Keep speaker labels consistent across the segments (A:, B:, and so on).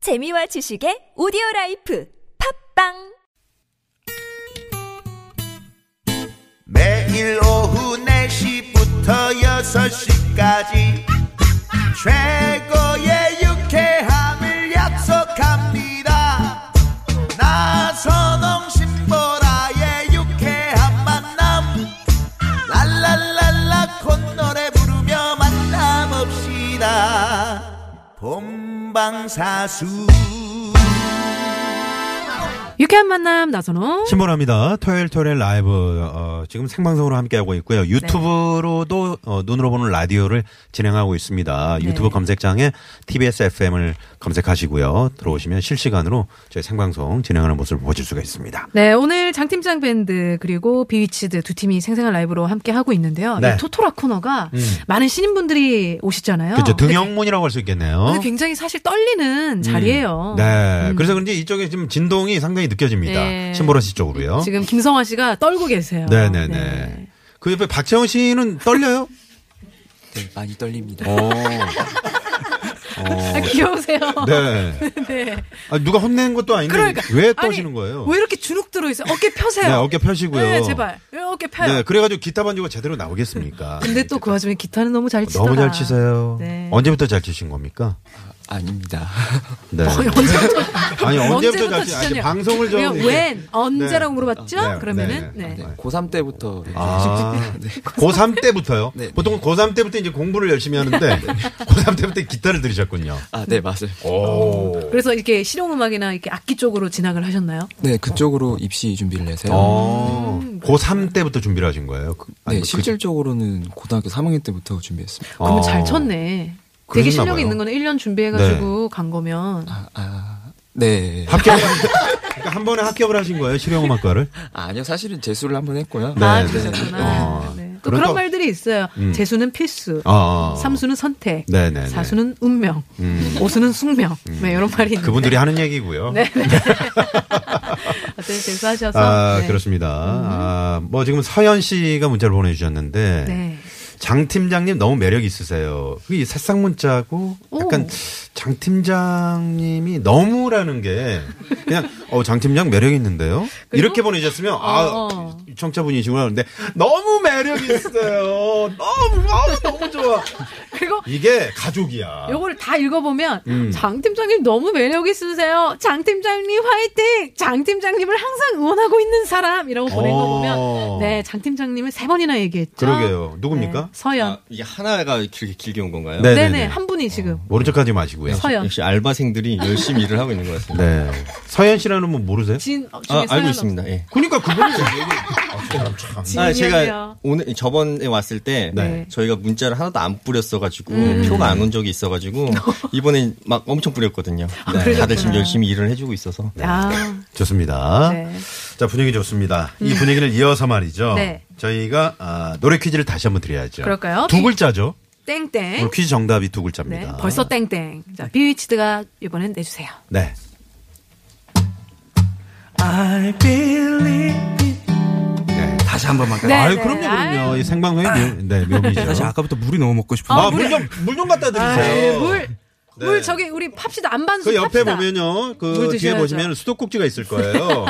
A: 재미와 지식의 오디오 라이프 팝빵!
B: 매일 오후 4시부터 6시까지 최고의 유쾌함을 약속합니다 나선홍 신보라의 유쾌한 만남 랄랄랄라 콧노래 부르며 만남없시다 본방사수
C: 유쾌한 만남 나선홍.
D: 신보라입니다. 토요일 토요일 라이브 어, 지금 생방송으로 함께하고
C: 네.
D: 있고요. 유튜브로도 어, 눈으로 보는 라디오를 진행하고 있습니다.
C: 네.
D: 유튜브 검색창에 TBS FM을 검색하시고요. 들어오시면 실시간으로 저희 생방송 진행하는 모습을 보실 수가 있습니다.
C: 네, 오늘 장팀장 밴드 그리고 비위치드 두 팀이 생생한 라이브로 함께 하고 있는데요.
D: 네. 음.
C: 이 토토라 코너가 많은 신인분들이 오시잖아요.
D: 그렇죠.
C: 근데
D: 등영문이라고 할 수 있겠네요.
C: 오늘 굉장히 사실 떨리는 자리예요.
D: 네. 그래서 그런지 이쪽에 지금 진동이 상당히 느껴집니다.
C: 음. 네.
D: 신보라 씨 쪽으로요.
C: 지금 김성화 씨가 떨고 계세요.
D: 네네네.
C: 네.
D: 그 옆에 박채원 씨는 떨려요?
E: 네, 많이 떨립니다.
D: 어.
C: 아, 귀여우세요.
D: 네.
C: 네.
D: 아, 누가 혼낸 것도 아닌데
C: 그러니까
D: 왜
C: 아니,
D: 떠시는 거예요?
C: 왜 이렇게 주눅 들어 있어요? 어깨 펴세요.
D: 네, 어깨 펴시고요.
C: 네, 제발. 왜 어깨 펴요?
D: 네, 그래가지고 기타 반주가 제대로 나오겠습니까?
C: 근데 또 그 와중에 기타는 너무 잘 치더라.
D: 너무 잘 치세요.
C: 네.
D: 언제부터 잘 치신 겁니까?
E: 아닙니다.
D: 네.
C: 아니, 뭐, 언제부터
D: 아니 언제부터 잘 치? 아니,
C: 치셨냐?
D: 방송을 좀
C: 그냥
D: 이렇게-
C: 웬 언제라고 물어봤죠?
D: 네,
C: 그러면은
D: 네,
C: 네.
E: 네, 고3 때부터 네,
D: 아,
E: 네.
D: 고3 때부터요?
E: 네, 네.
D: 보통은 고3 때부터 이제 공부를 열심히 하는데,
C: 네.
D: 고3 때부터 기타를 들으셨군요.
E: 아, 네, 맞아요.
D: 어. 오.
C: 그래서 이렇게 실용음악이나 이렇게 악기 쪽으로 진학을 하셨나요?
E: 네, 그쪽으로 입시 준비를 해서요.
D: 어,
C: 음.
D: 고3 때부터 준비를 하신 거예요? 그- 아니,
E: 네,
D: 그-
E: 실질적으로는 고등학교 3학년 때부터 준비했습니다.
C: 그러면
D: 어.
C: 잘 쳤네. 되게
D: 그랬나
C: 실력이
D: 봐요. 네.
C: 있는 거는 1년 준비해가지고 간 거면.
E: 아, 아, 네.
D: 합격을, 한- 그러니까 한 번에 합격을 하신 거예요? 실용음악과를?
E: 아, 니요 사실은 재수를 한 번 했고요.
D: 네,
C: 아,
D: 네.
C: 그러셨구나.
D: 어.
C: 네. 또
D: 그런
C: 그런
D: 또-
C: 말들이 있어요. 재수는 필수.
D: 어.
C: 삼수는 선택.
D: 네, 네, 네.
C: 사수는 운명. 오수는 숙명. 네, 이런 말이 있는데.
D: 그분들이 하는 얘기고요.
C: 네. 네. 어쨌든 재수하셔서.
D: 아,
C: 네.
D: 그렇습니다. 아, 뭐 지금 서현 씨가 문자를 보내주셨는데
C: 네.
D: 장 팀장님 너무 매력 있으세요. 그 이 새싹 문자고 약간
C: 오.
D: 장 팀장님이 너무라는 게 그냥 어장 팀장 매력 있는데요. 이렇게 보내주셨으면 아
C: 어.
D: 청자분이시구나 하는데 너무 매력 있어요. 너무 너무 너무 좋아.
C: 그리고
D: 이게 가족이야.
C: 요거를 다 읽어보면
D: 음.
C: 장 팀장님 너무 매력 있으세요. 장 팀장님 화이팅. 장 팀장님을 항상 응원하고 있는 사람이라고 보낸 거
D: 어.
C: 보면 네장 팀장님을 세 번이나 얘기했죠.
D: 그러게요. 누굽니까?
C: 네, 서연.
F: 아, 이게 하나가 길게, 길게 온 건가요?
C: 네네
D: 네네네. 어.
C: 한 분이 지금
D: 모른 척하지 마시고요.
C: 서연.
F: 역시 알바생들이 열심히 일을 하고 있는 것 같습니다.
D: 네. 서현 씨라는 분 모르세요?
C: 진 어, 중에
F: 아,
C: 서연
F: 알고
C: 없-
F: 있습니다. 예.
D: 그러니까 그분이 아, 참, 참.
F: 아,
C: 진이었네요.
F: 제가 오늘 저번에 왔을 때
C: 네.
F: 저희가 문자를 하나도 안 뿌렸어가지고
C: 음.
F: 표가 안 온 적이 있어가지고 이번에 막 엄청 뿌렸거든요. 네, 다들 지금 열심히 일을 해주고 있어서
C: 아,
D: 좋습니다.
C: 네. 음.
D: 자 분위기 좋습니다. 이 분위기를 이어서 말이죠.
C: 네.
D: 저희가 아, 노래 퀴즈를 다시 한번 드려야죠.
C: 그럴까요?
D: 두
C: 비-
D: 글자죠. 오늘
C: 땡땡.
D: 퀴즈 정답이 두
C: 네,
D: 글자입니다.
C: 벌써 땡땡. 자, 비위치드가 이번엔 내주세요.
D: 네. 네.
E: 다시 한 번만.
C: 네,
D: 아유
C: 네.
D: 그럼요 그럼요.
C: 아유.
D: 이 생방송의 묘, 네, 묘미죠.
E: 사실 아까부터 물이 너무 먹고 싶은데.
C: 아,
D: 아, 물 좀, 물 좀 갖다 드리세요. 네.
C: 아이, 물, 물 저기 우리 팝시다 안반수
D: 그 옆에
C: 팝시다.
D: 보면요.
C: 물
D: 그 뒤에
C: 드셔야죠.
D: 보시면 수도꼭지가 있을 거예요.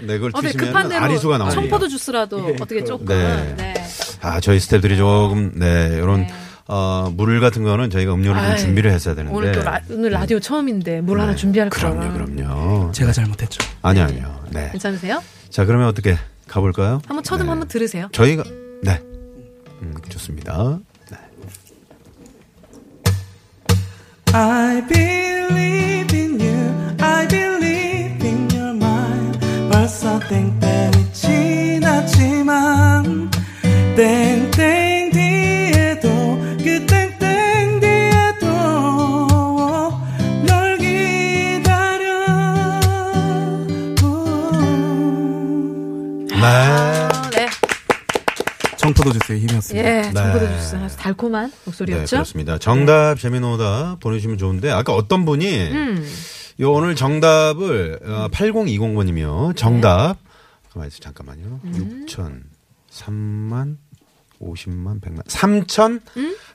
D: 네, 그걸
C: 어, 네, 급한
D: 드시면
C: 대로
D: 아리수가 나옵니다.
C: 청포도 주스라도 어떻게 조금
D: 네.
C: 네.
D: 아, 저희 스태프들이 조금 네, 이런 어, 물 같은 거는 저희가 음료를 좀
C: 아이,
D: 준비를 했어야 되는데. 네.
C: 오늘 또 라, 오늘 라디오 처음인데 뭘 하나 준비할 거라.
D: 그럼요, 그럼요. 네.
E: 제가 잘못했죠.
D: 아니 아니요. 네.
C: 괜찮으세요?
D: 자, 그러면 어떻게 가 볼까요? 네.
C: 한번 쳐듬 한번 들으세요.
D: 저희가 네. 음, 좋습니다. 네.
G: I believe in you. I believe in your mind. 벌써 땡땡이 지났지만 땡땡 뒤에도 그 땡땡 뒤에도 널 기다려.
D: 네.
C: 아, 네.
E: 청포도 주세요. 힘이었습니다.
C: 예,
D: 네.
C: 정보도 주스 아주 달콤한
D: 네,
C: 목소리였죠?
D: 그렇습니다. 정답 재미노다 보내주시면 좋은데 아까 어떤 분이
C: 음.
D: 요 오늘 정답을 어, 8020번님이요. 정답 가만히 있어 잠깐만요.
C: 음.
D: 6천
C: 음?
D: 3만 50만 100만 3천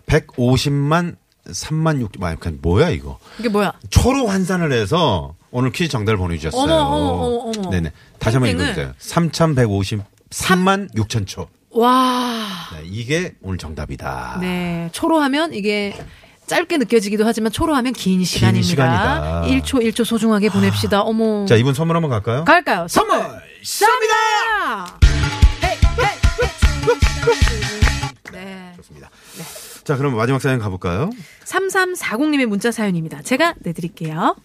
D: 150만 3만 6천, 아, 그냥 뭐야, 이거.
C: 이게 뭐야?
D: 초로 환산을 해서 오늘 퀴즈 정답을 보내주셨어요.
C: 어머, 어머, 어머, 어머.
D: 네네. 다시 한번
C: 땡땡을.
D: 읽어주세요. 3,153만 6천 초.
C: 와.
D: 네, 이게 오늘 정답이다.
C: 네. 초로하면 이게 짧게 느껴지기도 하지만 초로하면 긴 시간입니다.
D: 시간이다. 아.
C: 1초 1초 소중하게 보냅시다. 어머.
D: 자, 이분 선물 한번 갈까요?
C: 갈까요? 선물 쏩니다. 네.
D: 좋습니다. 자, 그럼 마지막 사연 가볼까요?
C: 3340님의 문자 사연입니다. 제가 내드릴게요.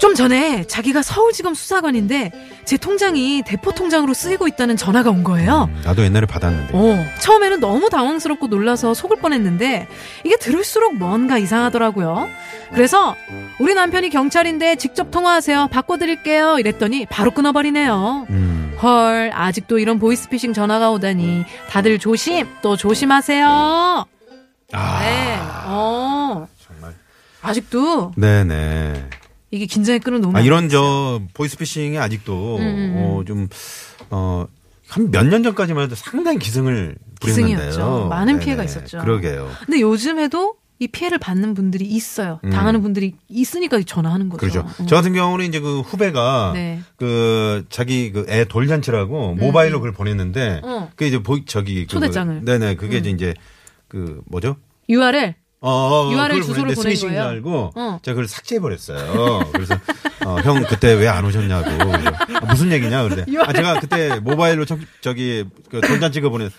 C: 좀 전에 자기가 서울지검 수사관인데 제 통장이 대포 통장으로 쓰이고 있다는 전화가 온 거예요.
D: 음, 나도 옛날에 받았는데.
C: 어, 처음에는 너무 당황스럽고 놀라서 속을 뻔했는데 이게 들을수록 뭔가 이상하더라고요. 그래서 우리 남편이 경찰인데 직접 통화하세요. 바꿔드릴게요. 이랬더니 바로 끊어버리네요.
D: 음.
C: 헐, 아직도 이런 보이스피싱 전화가 오다니. 다들 조심, 또 조심하세요.
D: 아.
C: 네, 어.
D: 정말.
C: 아직도
D: 네네.
C: 이게 긴장의 끈을 놓으면
D: 아, 이런 저 보이스피싱이
C: 음,
D: 아직도 어, 좀 어. 한 몇 년 전까지만 해도 상당히 기승을 부렸는데요.
C: 기승이었죠. 많은 피해가 있었죠.
D: 그러게요.
C: 근데 요즘에도 이 피해를 받는 분들이 있어요.
D: 음.
C: 당하는 분들이 있으니까 전화하는 거죠.
D: 그렇죠.
C: 어.
D: 저 같은 경우는 이제 그 후배가
C: 네. 음.
D: 그 자기 그 애 돌잔치라고 모바일로 그걸 보냈는데
C: 어.
D: 그게 이제 보이 저기 그-
C: 초대장을. 음.
D: 네네 그게 이제 이제 그 뭐죠?
C: URL
D: 어, 어, 어,
C: URL
D: 그걸
C: 주소를
D: 보냈는데
C: 보낸
D: 스미싱인 줄
C: 거예요?
D: 알고
C: 어.
D: 제가 그걸 삭제해 버렸어요. 그래서 어, 형 그때 왜 안 오셨냐고 그래서 아, 무슨 얘기냐 그래. 아 제가 그때 모바일로 저, 저기 그 돌잔치 그 보낸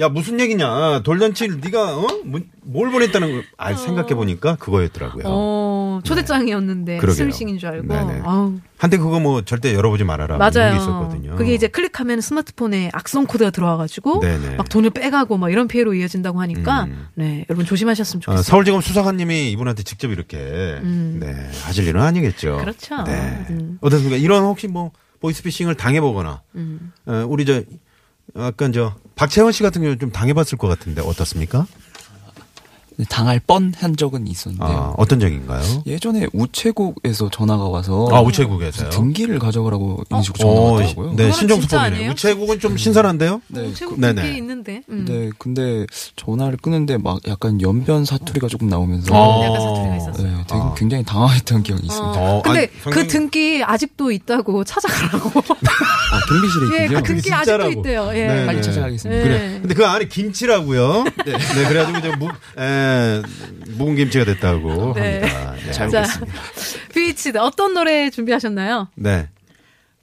D: 야 무슨 얘기냐 돌잔치를 네가 어? 뭐- 뭘 보냈다는 걸 아, 생각해 보니까 그거였더라고요.
C: 어, 초대장이었는데
D: 그러게요.
C: 스미싱인 줄 알고.
D: 네네.
C: 아우,
D: 한때 그거 뭐 절대 열어보지 말아라. 뭐 이런 게
C: 맞아요.
D: 있었거든요.
C: 그게 이제 클릭하면 스마트폰에 악성 코드가 들어와가지고
D: 네네. 음.
C: 막 돈을 빼가고 막 이런 피해로 이어진다고 하니까 네 여러분 조심하셨으면
D: 어,
C: 좋겠어요.
D: 서울지검 수사관님이 이분한테 직접 이렇게 네 하실 일은 아니겠죠.
C: 음. 그렇죠.
D: 네.
C: 음.
D: 어떻습니까? 이런 혹시 뭐 보이스피싱을 당해보거나
C: 음.
D: 어, 우리 저 약간 저 박채원 씨 같은 경우 좀 당해봤을 것 같은데 어떻습니까?
H: 네, 당할 뻔한 적은 있었는데
D: 아,
H: 요
D: 어떤 적인가요?
H: 예전에 우체국에서 전화가 와서
D: 아 우체국에서요.
H: 등기를 가져가라고 이런 식으로 전화가
D: 어,
H: 왔더라고요.
D: 네
C: 그거는 진짜
D: 신종수법이네요.
C: 아니에요?
D: 우체국은 좀 신선한데요.
H: 네.
C: 최고
D: 네네.
C: 그게 있는데. 음.
H: 네, 근데 전화를 끊는데 막 약간 연변 사투리가 조금 나오면서
D: 어.
C: 약간 사투리가 있었어요.
H: 네, 되게
D: 아.
H: 굉장히 당황했던 기억이
C: 어.
H: 있습니다.
D: 어,
C: 근데
D: 아니,
C: 그
D: 성경이-
C: 등기 아직도 있다고 찾아가라고.
H: 아, 경비실에
C: 예,
H: 있군요.
C: 그 등기 아직도
D: 진짜라고.
C: 있대요. 예.
D: 네.
H: 빨리 찾아가겠습니다.
D: 그래. 근데 그 안에 김치라고요. 네. 그래가지고 이제 무, 에, 묵은 김치가 됐다고
C: 네.
D: 합니다. 네.
H: 잘
C: 자,
H: 보겠습니다.
C: 비치 어떤 노래 준비하셨나요?
D: 네.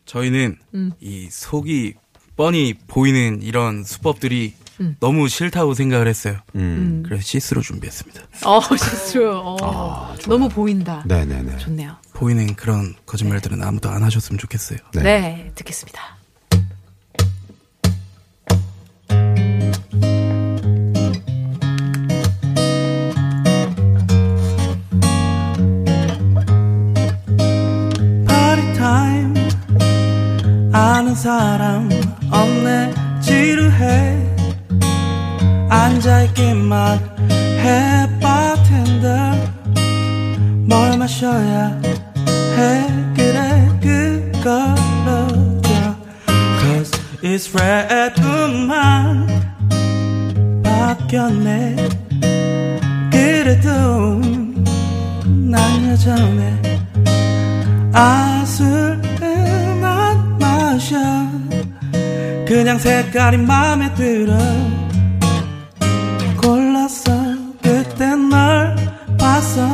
E: 저희는 이 속이 뻔히 보이는 이런 수법들이 너무 싫다고 생각을 했어요. 그래서 시스로 준비했습니다.
C: 어, 좋죠. 어, 너무 보인다.
D: 아, 네네네.
C: 좋네요.
E: 보이는 그런 거짓말들은 아무도 안 하셨으면 좋겠어요.
D: 네.
C: 네, 듣겠습니다.
G: 파리 타임 아는 사람 없네 지루해 앉아있기만 해 바텐더 뭘 마셔야 해 그래 그걸로 줘 Cause it's red뿐만 바뀌었네 그래도 난 여전해 아 술은 안 마셔 그냥 색깔이 마음에 들어 골랐어 그때 널 봤어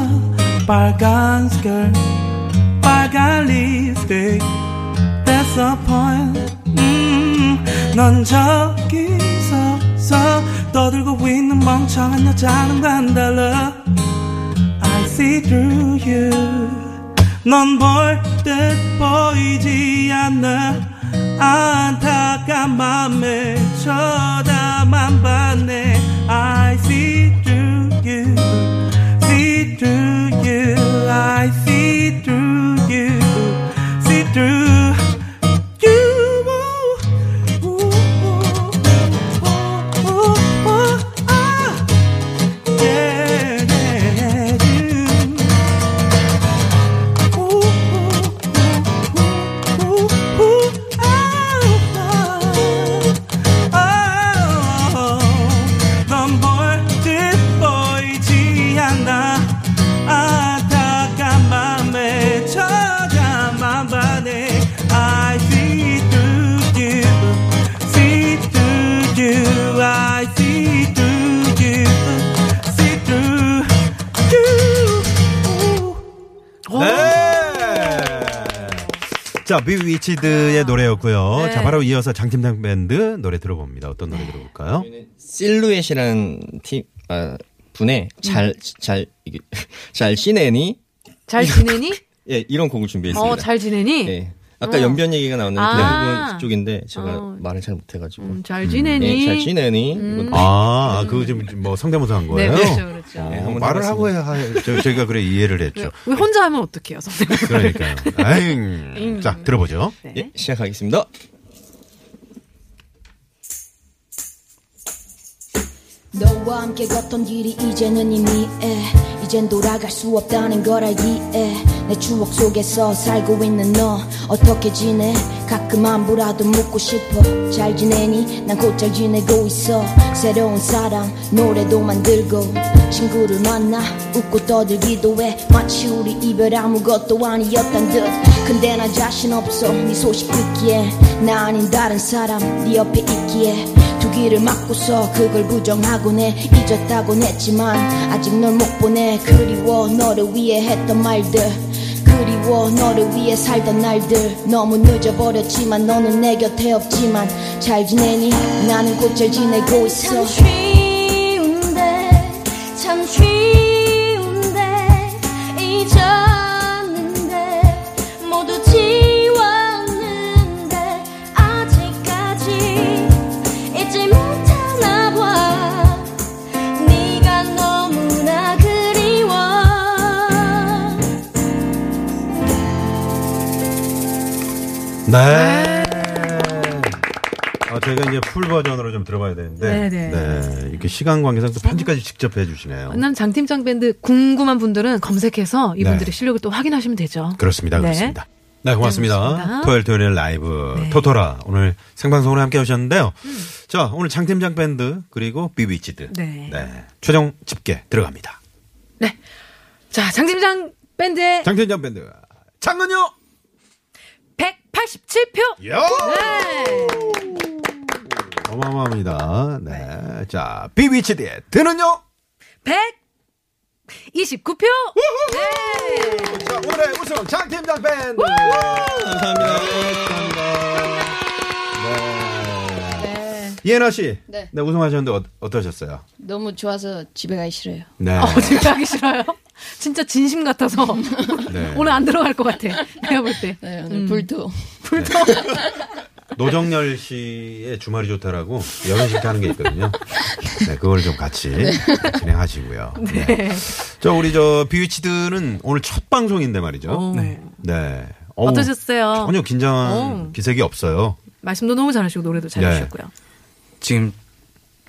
G: 빨간 스컬 빨간 립스틱 disappoint 음, 넌 저기서 서 떠들고 있는 멍청한 여자는 안 달라 I see through you. 넌 볼 듯 보이지 않아. 안타까운 맘에 쳐다만 봤네. I see through you. See through you. I see through you. See through you. Ooh, ooh, ooh, ooh, ooh, ah. Yeah, yeah, you. Ooh, ooh, ooh, ooh, ooh, ah, ah, ah.
D: 네. 자, 비위치드의 노래였고요.
C: 네.
D: 자, 바로 이어서 장팀장 밴드 노래 들어봅니다. 어떤 노래 들어볼까요?
F: 실루엣이라는 팀 아, 분의
C: 음.
F: 잘잘잘 지내니
C: 잘 지내니?
F: 예 이런 곡을 준비했습니다.
C: 어, 잘 지내니?
D: 네.
F: 예. 아까
C: 어.
F: 연변 얘기가 나왔는데
C: 아.
F: 그건 그쪽인데 제가
C: 어.
F: 말을 잘 못해가지고
C: 음,
D: 네,
C: 잘 지내니?
F: 예, 잘 지내니 이것도
D: 아, 그거 지금 뭐 성대모사 한
C: 네, 네.
D: 거예요?
C: 그렇죠, 그렇죠.
D: 어,
F: 네, 한번
D: 말을
F: 해봤습니다.
D: 하고 해야 할- 저, 저희가 그래 이해를 했죠.
C: 왜 혼자 하면 어떡해요, 선생님?
D: 그러니까요. 아잉. 자, 들어보죠.
F: 예, 시작하겠습니다.
I: 너와 함께 걷던 길이 이제는 이미 에 이젠 돌아갈 수 없다는 걸 알기 에내 추억 속에서 살고 있는 너 어떻게 지내 가끔 안부라도 묻고 싶어 잘 지내니 난 곧 잘 지내고 있어 새로운 사랑 노래도 만들고 친구를 만나 웃고 떠들기도 해 마치 우리 이별 아무것도 아니었단 듯 근데 나 자신 없어 네 소식 듣기에 나 아닌 다른 사람 네 옆에 있기에 두 귀를 막고서 그걸 부정하곤 해 잊었다곤 했지만 아직 널 못 보내 그리워 너를 위해 했던 말들 그리워 너를 위해 살던 날들 너무 늦어버렸지만 너는 내 곁에 없지만 잘 지내니 나는 곧 잘 지내고 있어
J: 쉬운데 참 쉬운데 잊었는데 모두 지웠는데 아직까지 잊지 못하나 봐 네가 너무나 그리워
D: 네. 아, 저희가 이제 풀 버전으로 좀 들어봐야 되는데.
C: 네, 네.
D: 네, 이렇게 시간 관계상 또 편집까지 직접 해주시네요.
C: 만남 장팀장 밴드 궁금한 분들은 검색해서 이분들의
D: 네.
C: 실력을 또 확인하시면 되죠.
D: 그렇습니다.
C: 네.
D: 그렇습니다. 네, 고맙습니다.
C: 고맙습니다.
D: 토요일 토요일 라이브
C: 네. 음.
D: 토토라 오늘 생방송으로 함께 오셨는데요. 자, 오늘 장팀장 밴드 그리고 비비치드.
C: 네.
D: 최종 집계 들어갑니다.
C: 자, 장팀장 밴드의
D: 장팀장 밴드. 장은요.
C: 187표!
D: 야!
C: 네.
D: 어마어마합니다. 네. 자, 비비치드의 드는요.
C: 129표! 네.
D: 자, 오늘의 우승 장팀장 밴드. 감사합니다. 네. 이해나 씨.
I: 네.
D: 우승하셨는데 어, 어떠셨어요?
I: 너무 좋아서 집에 가기 싫어요
D: 네.
C: 어, 진짜 하기 싫어요? 진짜 진심 같아서
D: 네.
C: 오늘 안 들어갈 것 같아. 내가 볼 때.
I: 네, 오늘 불도
D: 노정열 씨의 주말이 좋다라고 연회식 하는 게 있거든요. 네, 그걸 좀 같이 진행하시고요. 네. 저 우리 저 비위치드는 오늘 첫 방송인데 말이죠.
E: 네.
D: 네. 어우,
C: 어. 어떠셨어요?
D: 전혀 긴장한
C: 어우.
D: 기색이 없어요.
C: 말씀도 너무 잘하시고 노래도
D: 네.
C: 잘하셨고요.
E: 지금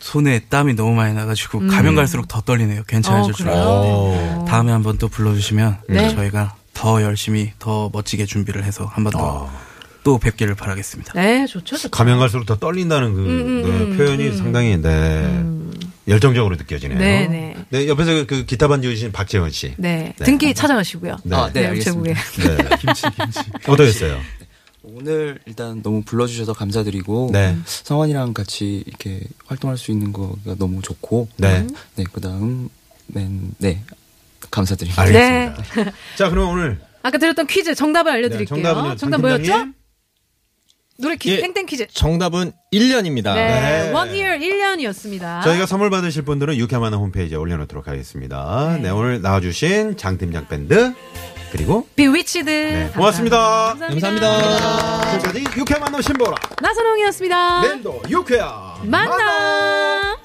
E: 손에 땀이 너무 많이 나가지고 가면 갈수록 더 떨리네요. 괜찮아질
C: 음. 어,
E: 줄
C: 그래요?
E: 알았는데
D: 오.
E: 다음에 한번 또 불러주시면
C: 네.
E: 저희가 더 열심히 더 멋지게 준비를 해서 한번 더
D: 어.
E: 또 뵙기를 바라겠습니다.
C: 네, 좋죠. 좋죠.
D: 가면 갈수록 더 떨린다는
C: 음,
D: 그 네, 표현이 상당히 네, 열정적으로 느껴지네요.
C: 네, 네.
D: 옆에서 그 기타 반주 주신 박재원 씨.
C: 네.
D: 네.
C: 등기 찾아가시고요.
D: 네.
F: 아,
C: 네, 우체국에.
D: 네.
F: 김치 김치.
D: 어떠셨어요?
C: 네.
H: 오늘 일단 너무 불러주셔서 감사드리고
D: 네.
H: 성환이랑 같이 이렇게 활동할 수 있는 거가 너무 좋고
D: 네.
H: 네 그다음 맨, 네 감사드립니다.
D: 알겠습니다. 자, 그럼 오늘
C: 아까 드렸던 퀴즈 정답을 알려드릴게요.
D: 네, 정답은요,
C: 정답
D: 장
C: 뭐였죠?
D: 팀장님?
C: 노래 퀴즈,
F: 예.
C: 땡땡 퀴즈.
F: 정답은 1년입니다.
C: 네.
D: 네.
C: 원1 year 1년이었습니다.
D: 저희가 선물 받으실 분들은 유쾌만화 홈페이지에 올려놓도록 하겠습니다. 네, 오늘 나와주신 장팀장 밴드 그리고
C: 비위치드. 네.
D: 고맙습니다.
C: 감사합니다.
D: 지금까지 유쾌만화 신보라 네,
C: 나선홍이었습니다.
D: 랜더 유쾌야
C: 만나.